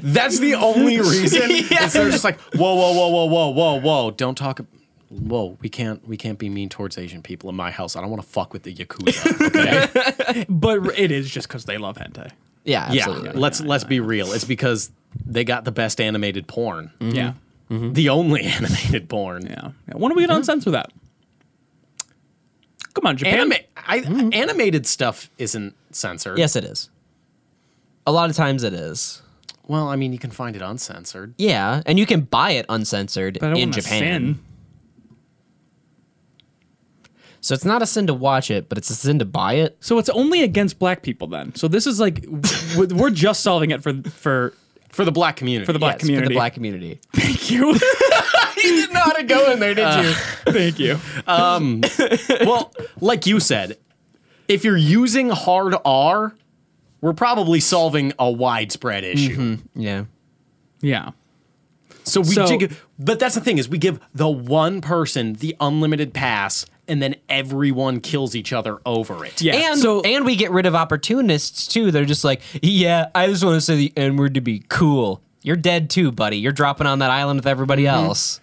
That's the only reason. Yeah. is they're just like, whoa, whoa, whoa, whoa, whoa, whoa, whoa. Don't talk. ab- Whoa, we can't we can't be mean towards Asian people in my house. I don't want to fuck with the yakuza. Okay? but it is just because they love hentai. Yeah, yeah, absolutely. let's let's be real. It's because they got the best animated porn, Yeah, the only animated porn. yeah. yeah. When are we gonna censor that? Come on, Japan. Anime, I, Mm-hmm. animated stuff isn't censored. Yes, it is. A lot of times it is. Well, I mean, you can find it uncensored. Yeah, and you can buy it uncensored But I don't in wanna Japan. sin. So it's not a sin to watch it, but it's a sin to buy it. So it's only against black people then. So this is like w- w- we're just solving it for for For the black community. for the black Yes, community. For the black community. Thank you. you didn't know how to go in there, did you? Thank you. well, like you said, if you're using hard R, we're probably solving a widespread issue. Yeah. Yeah. So we Mm-hmm. So- dig, but that's the thing is we give the one person the unlimited pass and then everyone kills each other over it. Yeah. And so and we get rid of opportunists too. They're just like, yeah, I just want to say the N word to be cool. You're dead too, buddy. You're dropping on that island with everybody else.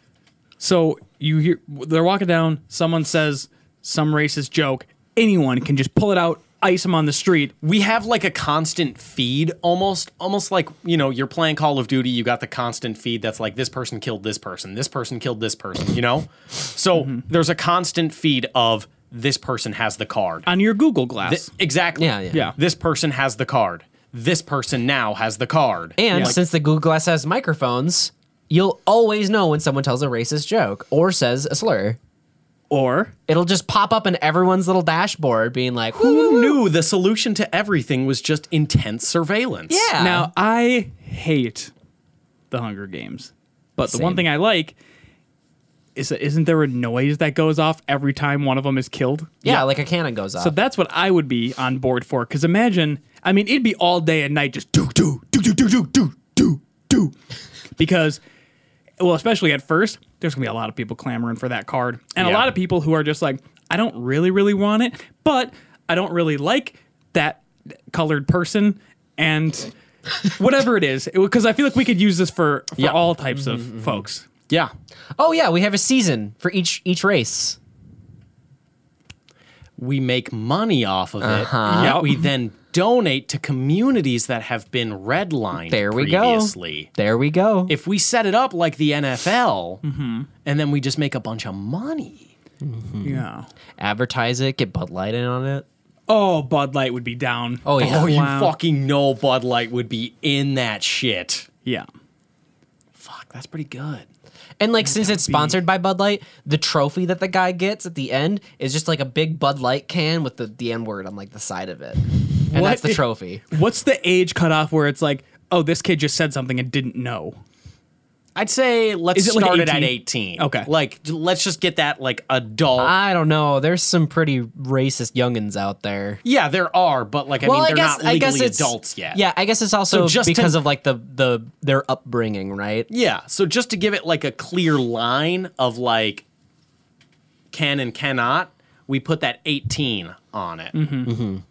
so you hear they're walking down. Someone says some racist joke. Anyone can just pull it out, ice them on the street. We have like a constant feed almost almost like, you know, you're playing Call of Duty, you got the constant feed that's like this person killed this person, this person killed this person, you know? So Mm-hmm. there's a constant feed of this person has the card. On your Google Glass. Th- exactly. Yeah, yeah. Yeah. This person has the card. This person now has the card. And Yeah. since the Google Glass has microphones, you'll always know when someone tells a racist joke or says a slur. or It'll just pop up in everyone's little dashboard, being like, who knew the solution to everything was just intense surveillance? Yeah. Now I hate the Hunger Games, but the one Same. thing I like is that isn't there a noise that goes off every time one of them is killed? yeah, like a cannon goes off. So that's what I would be on board for. Because imagine, I mean, it'd be all day and night just do do do do do do do do do, because well, especially at first, there's gonna be a lot of people clamoring for that card, and a Yeah. lot of people who are just like, I don't really really want it, but I don't really like that colored person, and whatever it is, because I feel like we could use this for, for Yeah. Mm-hmm. all types of folks. Yeah. oh yeah, we have a season for each each race. We make money off of Uh-huh. it. Yep. Yeah. We then donate to communities that have been redlined There we go. previously. There we go. If we set it up like the NFL and then we just make a bunch of money. Mm-hmm. Yeah. Advertise it, get Bud Light in on it. Oh, Bud Light would be down. Oh yeah. Oh, you Wow. fucking know Bud Light would be in that shit. yeah. Fuck, that's pretty good. And like since it's sponsored by Bud Light, the trophy that the guy gets at the end is just like a big Bud Light can with the, the N word on like the side of it. And What that's the if- trophy. What's the age cutoff where it's like, oh, this kid just said something and didn't know? I'd say let's Is it like start it at 18? 18. Okay. Like, j- let's just get that, like, adult. I don't know. There's some pretty racist youngins out there. yeah, there are, but, like, I mean, they're not legally adults yet. Yeah, I guess it's also So just to- because of like the the their upbringing, right? Yeah. So just to give it, like, a clear line of, like, can and cannot, we put that 18 on it.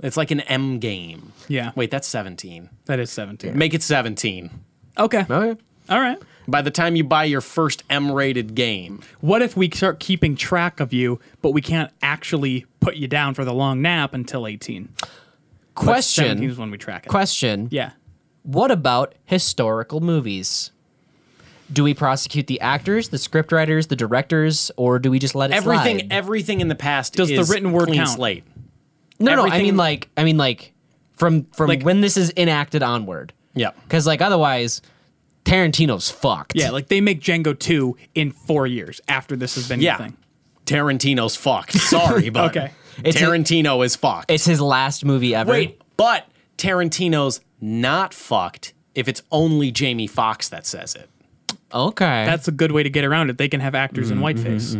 It's like an M game. Yeah. Wait, that's 17. That is 17. Make it 17. Okay. Okay. All right. By the time you buy your first M rated game, What if we start keeping track of you, but we can't actually put you down for the long nap until 18? But 17 Question. is when we track it. Question. yeah. What about historical movies? Do we prosecute the actors, the scriptwriters, the directors, or do we just let it everything slide? everything in the past Does the is written word clean count? slate. No, no. I Everything- mean, like, I mean, like, from from Like- when this is enacted onward. Yep. Because like otherwise, Tarantino's fucked. Yeah. Like they make Django 2 in four years after this has been Yeah. your thing. Tarantino's fucked. Sorry, but Okay. It's a- Tarantino is fucked. it's his last movie ever. Wait, but Tarantino's not fucked if it's only Jamie Foxx that says it. Okay. That's a good way to get around it. They can have actors in whiteface.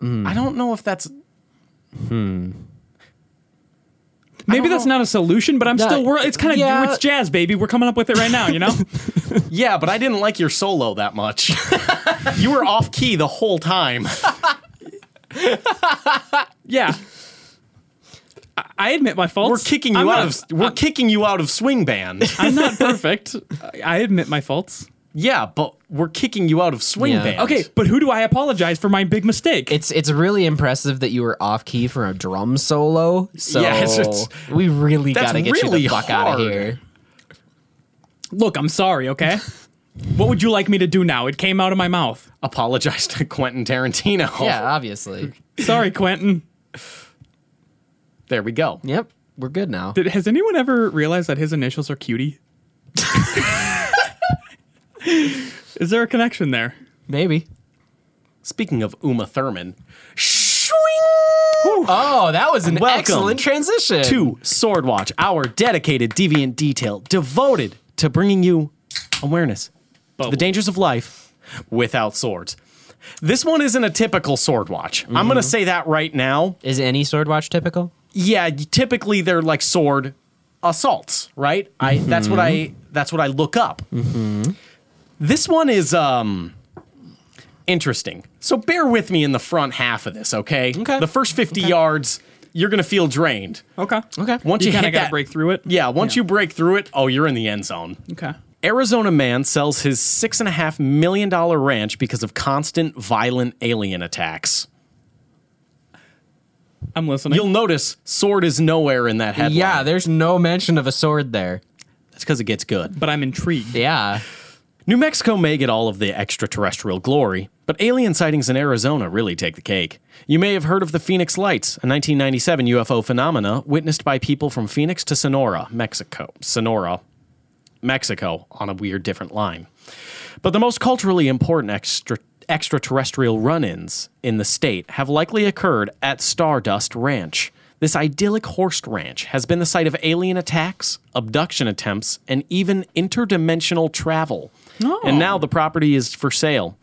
Hmm. I don't know if that's Maybe that's not a solution, but I'm No, still. We're, it's kind of. yeah. It's jazz, baby. We're coming up with it right now. You know. Yeah, but I didn't like your solo that much. you were off key the whole time. yeah. I, I admit my faults. We're kicking you I'm out not- of we're kicking you out of swing band. I'm not perfect. I- I admit my faults. yeah, but we're kicking you out of swing Yeah. band. Okay, but who do I apologize for my big mistake? it's it's really impressive that you were off key for a drum solo. So Yeah, it's- it's- we really That's got to get really you the fuck out hard. of here. Look, I'm sorry. Okay. what would you like me to do now? It came out of my mouth. Apologize to Quentin Tarantino. Yeah, obviously. Sorry, Quentin. There we go. Yep, we're good now. Did, has anyone ever realized that his initials are cutie? Is there a connection there? Maybe. Speaking of Uma Thurman, swing Oh, that was an Welcome excellent transition. to Swordwatch, our dedicated deviant detail devoted to bringing you awareness to the dangers of life without swords. This one isn't a typical Swordwatch. I'm going to say that right now. Is any sword watch typical? Yeah, typically they're like sword assaults, right? I that's what I that's what I look up. This one is um interesting. So bear with me in the front half of this, okay? Okay. The first 50 yards, you're gonna feel drained. Okay. Okay. Once You you, kind hit of got that to break through it. Yeah, once you break through it, oh, you're in the end zone. Okay. Arizona man sells his six and a half million dollar ranch because of constant violent alien attacks. I'm listening. You'll notice sword is nowhere in that headline. Yeah, there's no mention of a sword there. that's because it gets good. but I'm intrigued. Yeah. New Mexico may get all of the extraterrestrial glory, but alien sightings in Arizona really take the cake. You may have heard of the Phoenix Lights, a 1997 UFO phenomena witnessed by people from Phoenix to Sonora, Mexico. Sonora, Mexico, on a weird different line. But the most culturally important extra, extraterrestrial run ins in the state have likely occurred at Stardust Ranch. This idyllic horse ranch has been the site of alien attacks, abduction attempts, and even interdimensional travel. And now the property is for sale.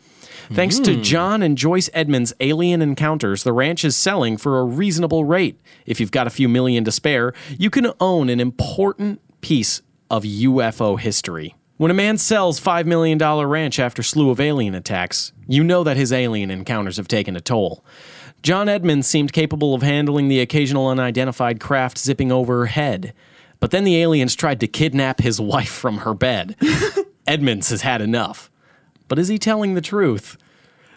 Thanks to John and Joyce Edmonds' Alien Encounters, the ranch is selling for a reasonable rate. If you've got a few million to spare, you can own an important piece of UFO history. When a man sells $5 million ranch after slew of alien attacks, you know that his alien encounters have taken a toll. John Edmonds seemed capable of handling the occasional unidentified craft zipping overhead, but then the aliens tried to kidnap his wife from her bed. Edmonds has had enough. But is he telling the truth?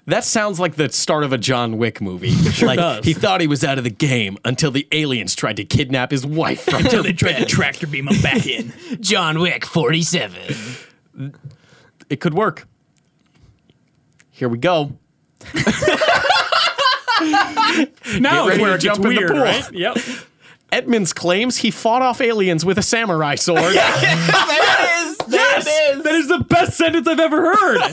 That sounds like the start of a John Wick movie. like does. he thought he was out of the game until the aliens tried to kidnap his wife from her they tried to tractor beam him back in. John Wick 47. it could work. here we go. Now ready it's where to it gets jump in the weird, pool. right? Yep. Edmonds claims he fought off aliens with a samurai sword. there it is. There it is. That is the best sentence I've ever heard.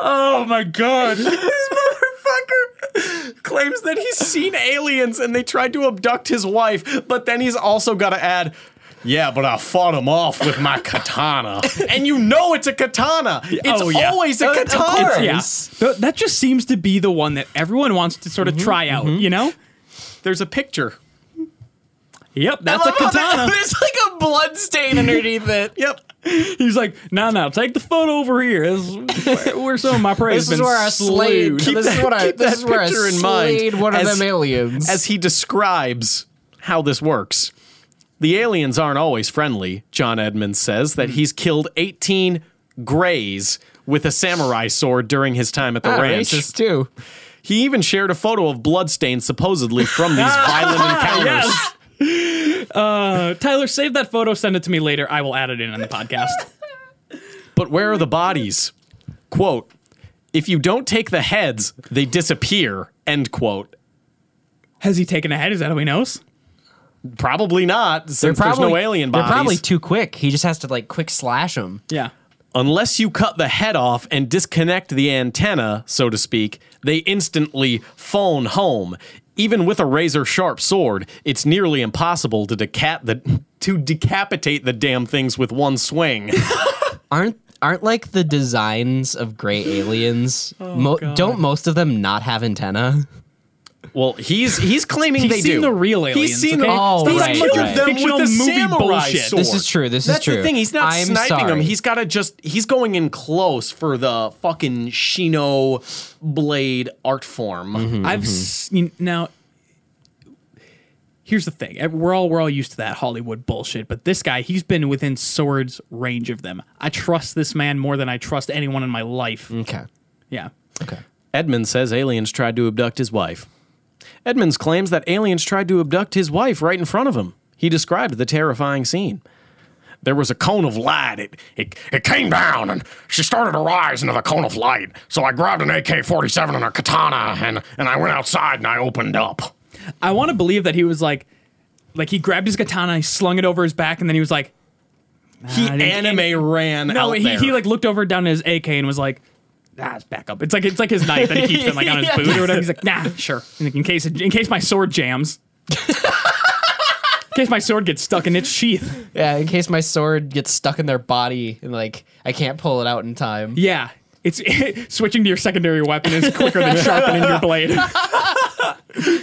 oh my god. motherfucker claims that he's seen aliens and they tried to abduct his wife, but then he's also got to add, yeah, but I fought him off with my katana. and you know it's a katana. It's Oh, yeah. always a Of- of katana. course. Yeah. Nice. Th- that just seems to be the one that everyone wants to sort of try out, you know? There's a picture. Yep, that's a Look, oh, there- katana. There's like a blood stain underneath it. Yep. He's like, no, no, take the photo over here. This is where, where some of my prey This has is been where I slayed. slewed." this is that- what I. keep This that is where I picture in mind slayed one of as- them aliens. As he describes how this works. The aliens aren't always friendly, John Edmonds says Hmm. that he's killed 18 greys with a samurai sword during his time at the Ah, ranch. racist too. He even shared a photo of bloodstains supposedly from these violent encounters. Yes. Uh, Tyler, save that photo, send it to me later. I will add it in on the podcast. But where are the bodies? Quote, if you don't take the heads, they disappear, end quote. Has he taken a head? Is that how he knows? Probably not, since there's no alien They're bodies. probably too quick. He just has to like quick slash them. Yeah. Unless you cut the head off and disconnect the antenna, so to speak, they instantly phone home. Even with a razor sharp sword, it's nearly impossible to, deca- the, to decapitate the damn things with one swing. Aren't aren't like the designs of gray aliens? mo- God. don't most of them not have antenna? Well, he's he's claiming He's they seen do. the real aliens, He's seen okay? them. Oh, he's right, killed right. them Fictional with a movie samurai bullshit. sword. This is true, this is That's true. the thing. He's not I'm sniping him. sorry. He's got to just. He's going in close for the fucking Shino blade art form. Mm-hmm. I've seen now. Here's the thing: Eh, we're all we're all used to that Hollywood bullshit, but this guy, he's been within swords range of them. I trust this man more than I trust anyone in my life. Mm. Okay. Yeah, Okay. Edmonds says aliens tried to abduct his wife. Edmonds claims that aliens tried to abduct his wife right in front of him. He described the terrifying scene. There was a cone of light. It, it, it came down, and she started to rise into the cone of light. So I grabbed an AK 47 and a katana, and, and I went outside and I opened up. I want to believe that he was like, like he grabbed his katana, he slung it over his back, and then he was like, He I didn't- anime ran no, out he, there. he like looked over down at his AK and was like. Ah, it's back up. It's like it's like his knife that he keeps in like on his boot or whatever. He's like, nah, sure. In case in case my sword jams, in case my sword gets stuck in its sheath. Yeah, in case my sword gets stuck in their body and like I can't pull it out in time. Yeah. It's switching to your secondary weapon is quicker than sharpening your blade.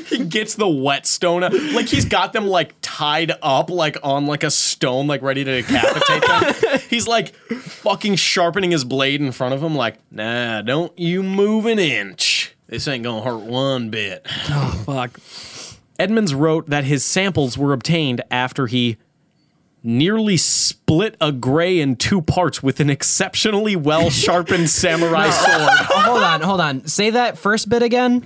he gets the whetstone. out- Like he's got them like tied up, like on like a stone, like ready to decapitate them. he's like fucking sharpening his blade in front of him, like, nah, don't you move an inch. This ain't gonna hurt one bit. Fuck. Edmonds wrote that his samples were obtained after he nearly split a gray in two parts with an exceptionally well sharpened samurai sword. Oh, hold on, hold on. Say that first bit again.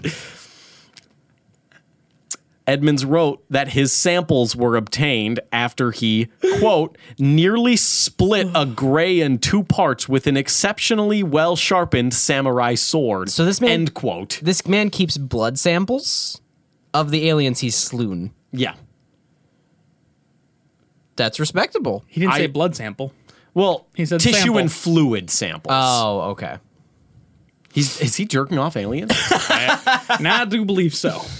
Edmonds wrote that his samples were obtained after he, quote, nearly split a gray in two parts with an exceptionally well sharpened samurai sword. So this man- End quote. This man keeps blood samples of the aliens he's slewn. Yeah. That's respectable. He didn't I- say blood sample. Well, He said tissue sample. and fluid samples. Oh, okay. He's, is he jerking off aliens? Now I do believe so.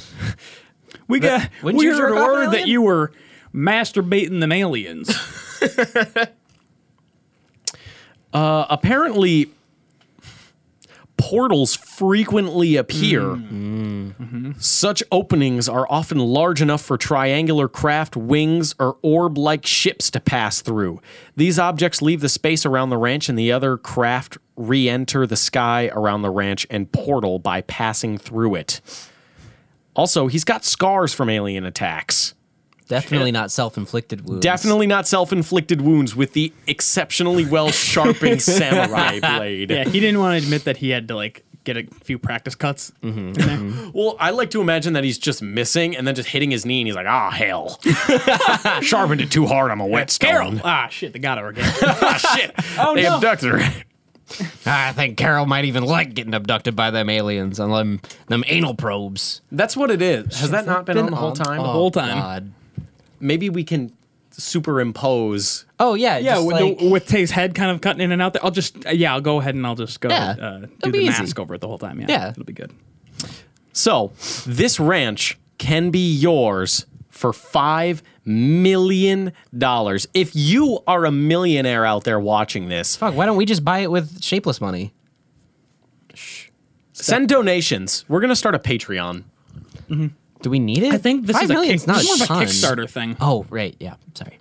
We got wouldn't we you heard jerk off word that alien? you were masturbating them aliens. Apparently, portals frequently appear. Mm-hmm. Such openings are often large enough for triangular craft, wings, or orb like ships to pass through. These objects leave the space around the ranch, and the other craft re enter the sky around the ranch and portal by passing through it. Also, he's got scars from alien attacks. Definitely not self-inflicted wounds. Definitely not self inflicted wounds with the exceptionally well sharpened samurai blade. yeah, he didn't want to admit that he had to like get a few practice cuts. in there. Well, I like to imagine that he's just missing and then just hitting his knee and he's like, ah, hell. Sharpened it too hard. I'm a whetstone. Carol. Ah shit, they got her again. ah, shit. they no. abducted her. I think Carol might even like getting abducted by them aliens and them, them anal probes. That's what it is. Has that not been, on the whole time? Oh, whole time. God. Maybe we can superimpose. Oh yeah, Yeah, just with, like, the, with Tay's head kind of cutting in and out there. I'll just uh, yeah, I'll go ahead and I'll just go Yeah, uh, it'll be do the easy. mask over it the whole time. Yeah, Yeah. it'll be good. So this ranch can be yours for five million dollars. If you are a millionaire out there watching this, fuck. Why don't we just buy it with shapeless money? send donations. We're gonna start a Patreon. Do we need it? I think this Five is a, million's kick, not this is more ton. of a Kickstarter thing. Oh right, yeah. Sorry.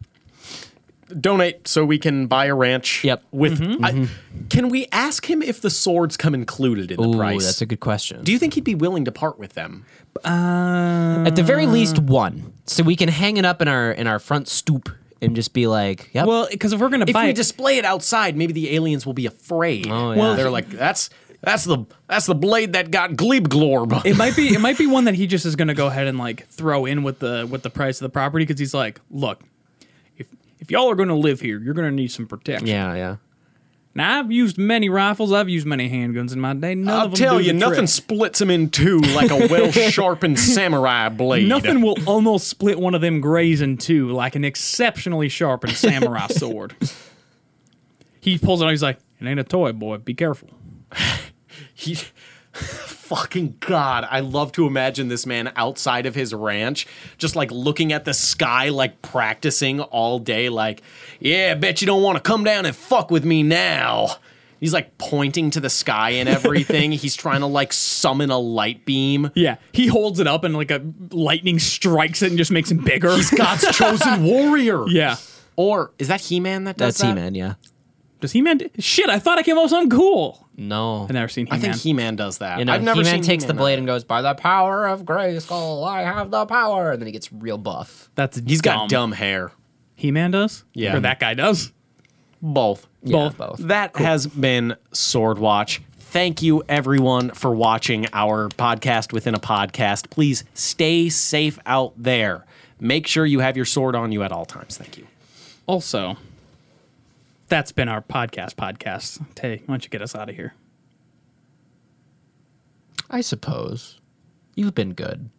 Donate so we can buy a ranch. Yep. With Mm-hmm. I, can we ask him if the swords come included in the Ooh, price? that's a good question. Do you think he'd be willing to part with them? Uh, At the very least, one, so we can hang it up in our in our front stoop and just be like, "Yep, well, because if we're gonna If buy we it, display it outside, maybe the aliens will be afraid. Oh, yeah. Well- they're like, that's that's the that's the blade that got Glebe Glorb. it might be it might be one that he just is gonna go ahead and like throw in with the with the price of the property because he's like, look, if if y'all are gonna live here, you're gonna need some protection. yeah, yeah." Now I've used many rifles, I've used many handguns in my day. None I'll of them tell do you, the nothing trick. splits them in two like a well sharpened samurai blade. Nothing will almost split one of them grays in two like an exceptionally sharpened samurai sword. He pulls it out. He's like, "It ain't a toy, boy. Be careful." He, fucking God, I love to imagine this man outside of his ranch, just like looking at the sky, like practicing all day, like, yeah, bet you don't want to come down and fuck with me now. He's like pointing to the sky and everything. He's trying to like summon a light beam. Yeah, he holds it up and like a lightning strikes it and just makes him bigger. He's God's chosen warrior. yeah. Or is that He Man that does That's that? He Man, yeah. Does he man? Shit, I thought I came up with something cool. No, I've never seen I He-Man. think He Man does that. you know, I've never He-Man seen takes the He-Man. blade and goes, "By the power of Grayskull, I have the power," and then he gets real buff. That's He's got dumb hair. He-Man does. Yeah. or that guy does. Both. Yeah, Both. both. That has been Swordwatch. Thank you, everyone, for watching our podcast within a podcast. Please stay safe out there. Make sure you have your sword on you at all times. Thank you. Also, that's been our podcast. Podcast. Tay, why don't you get us out of here? I suppose you've been good.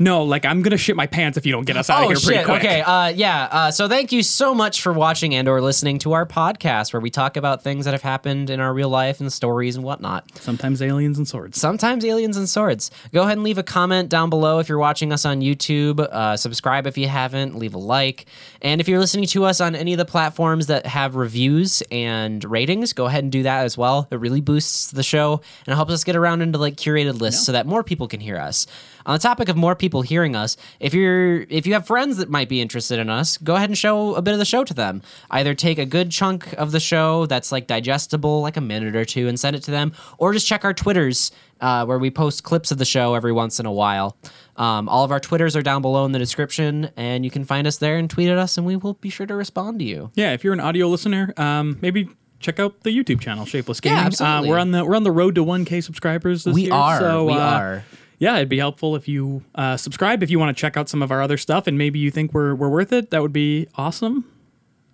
No, like I'm gonna shit my pants if you don't get us out of here pretty quick. Oh, Okay, uh, yeah. Uh, so thank you so much for watching and/or listening to our podcast, where we talk about things that have happened in our real life and stories and whatnot. Sometimes aliens and swords. Sometimes aliens and swords. Go ahead and leave a comment down below if you're watching us on YouTube. Uh, subscribe if you haven't. Leave a like. And if you're listening to us on any of the platforms that have reviews and ratings, go ahead and do that as well. It really boosts the show and helps us get around into like curated lists so that more people can hear us. On the topic of more people hearing us, if you're if you have friends that might be interested in us, go ahead and show a bit of the show to them. Either take a good chunk of the show that's like digestible, like a minute or two, and send it to them, or just check our Twitters uh, where we post clips of the show every once in a while. Um, all of our Twitters are down below in the description, and you can find us there and tweet at us, and we will be sure to respond to you. Yeah, if you're an audio listener, um, maybe check out the YouTube channel Shapeless Yeah, Gaming. absolutely. Uh, we're on the we're on the road to 1K subscribers this We year. are, So, we uh, are. Yeah, it'd be helpful if you uh, subscribe if you want to check out some of our other stuff and maybe you think we're we're worth it. That would be awesome.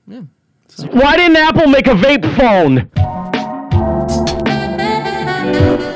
Why didn't Apple make a vape phone?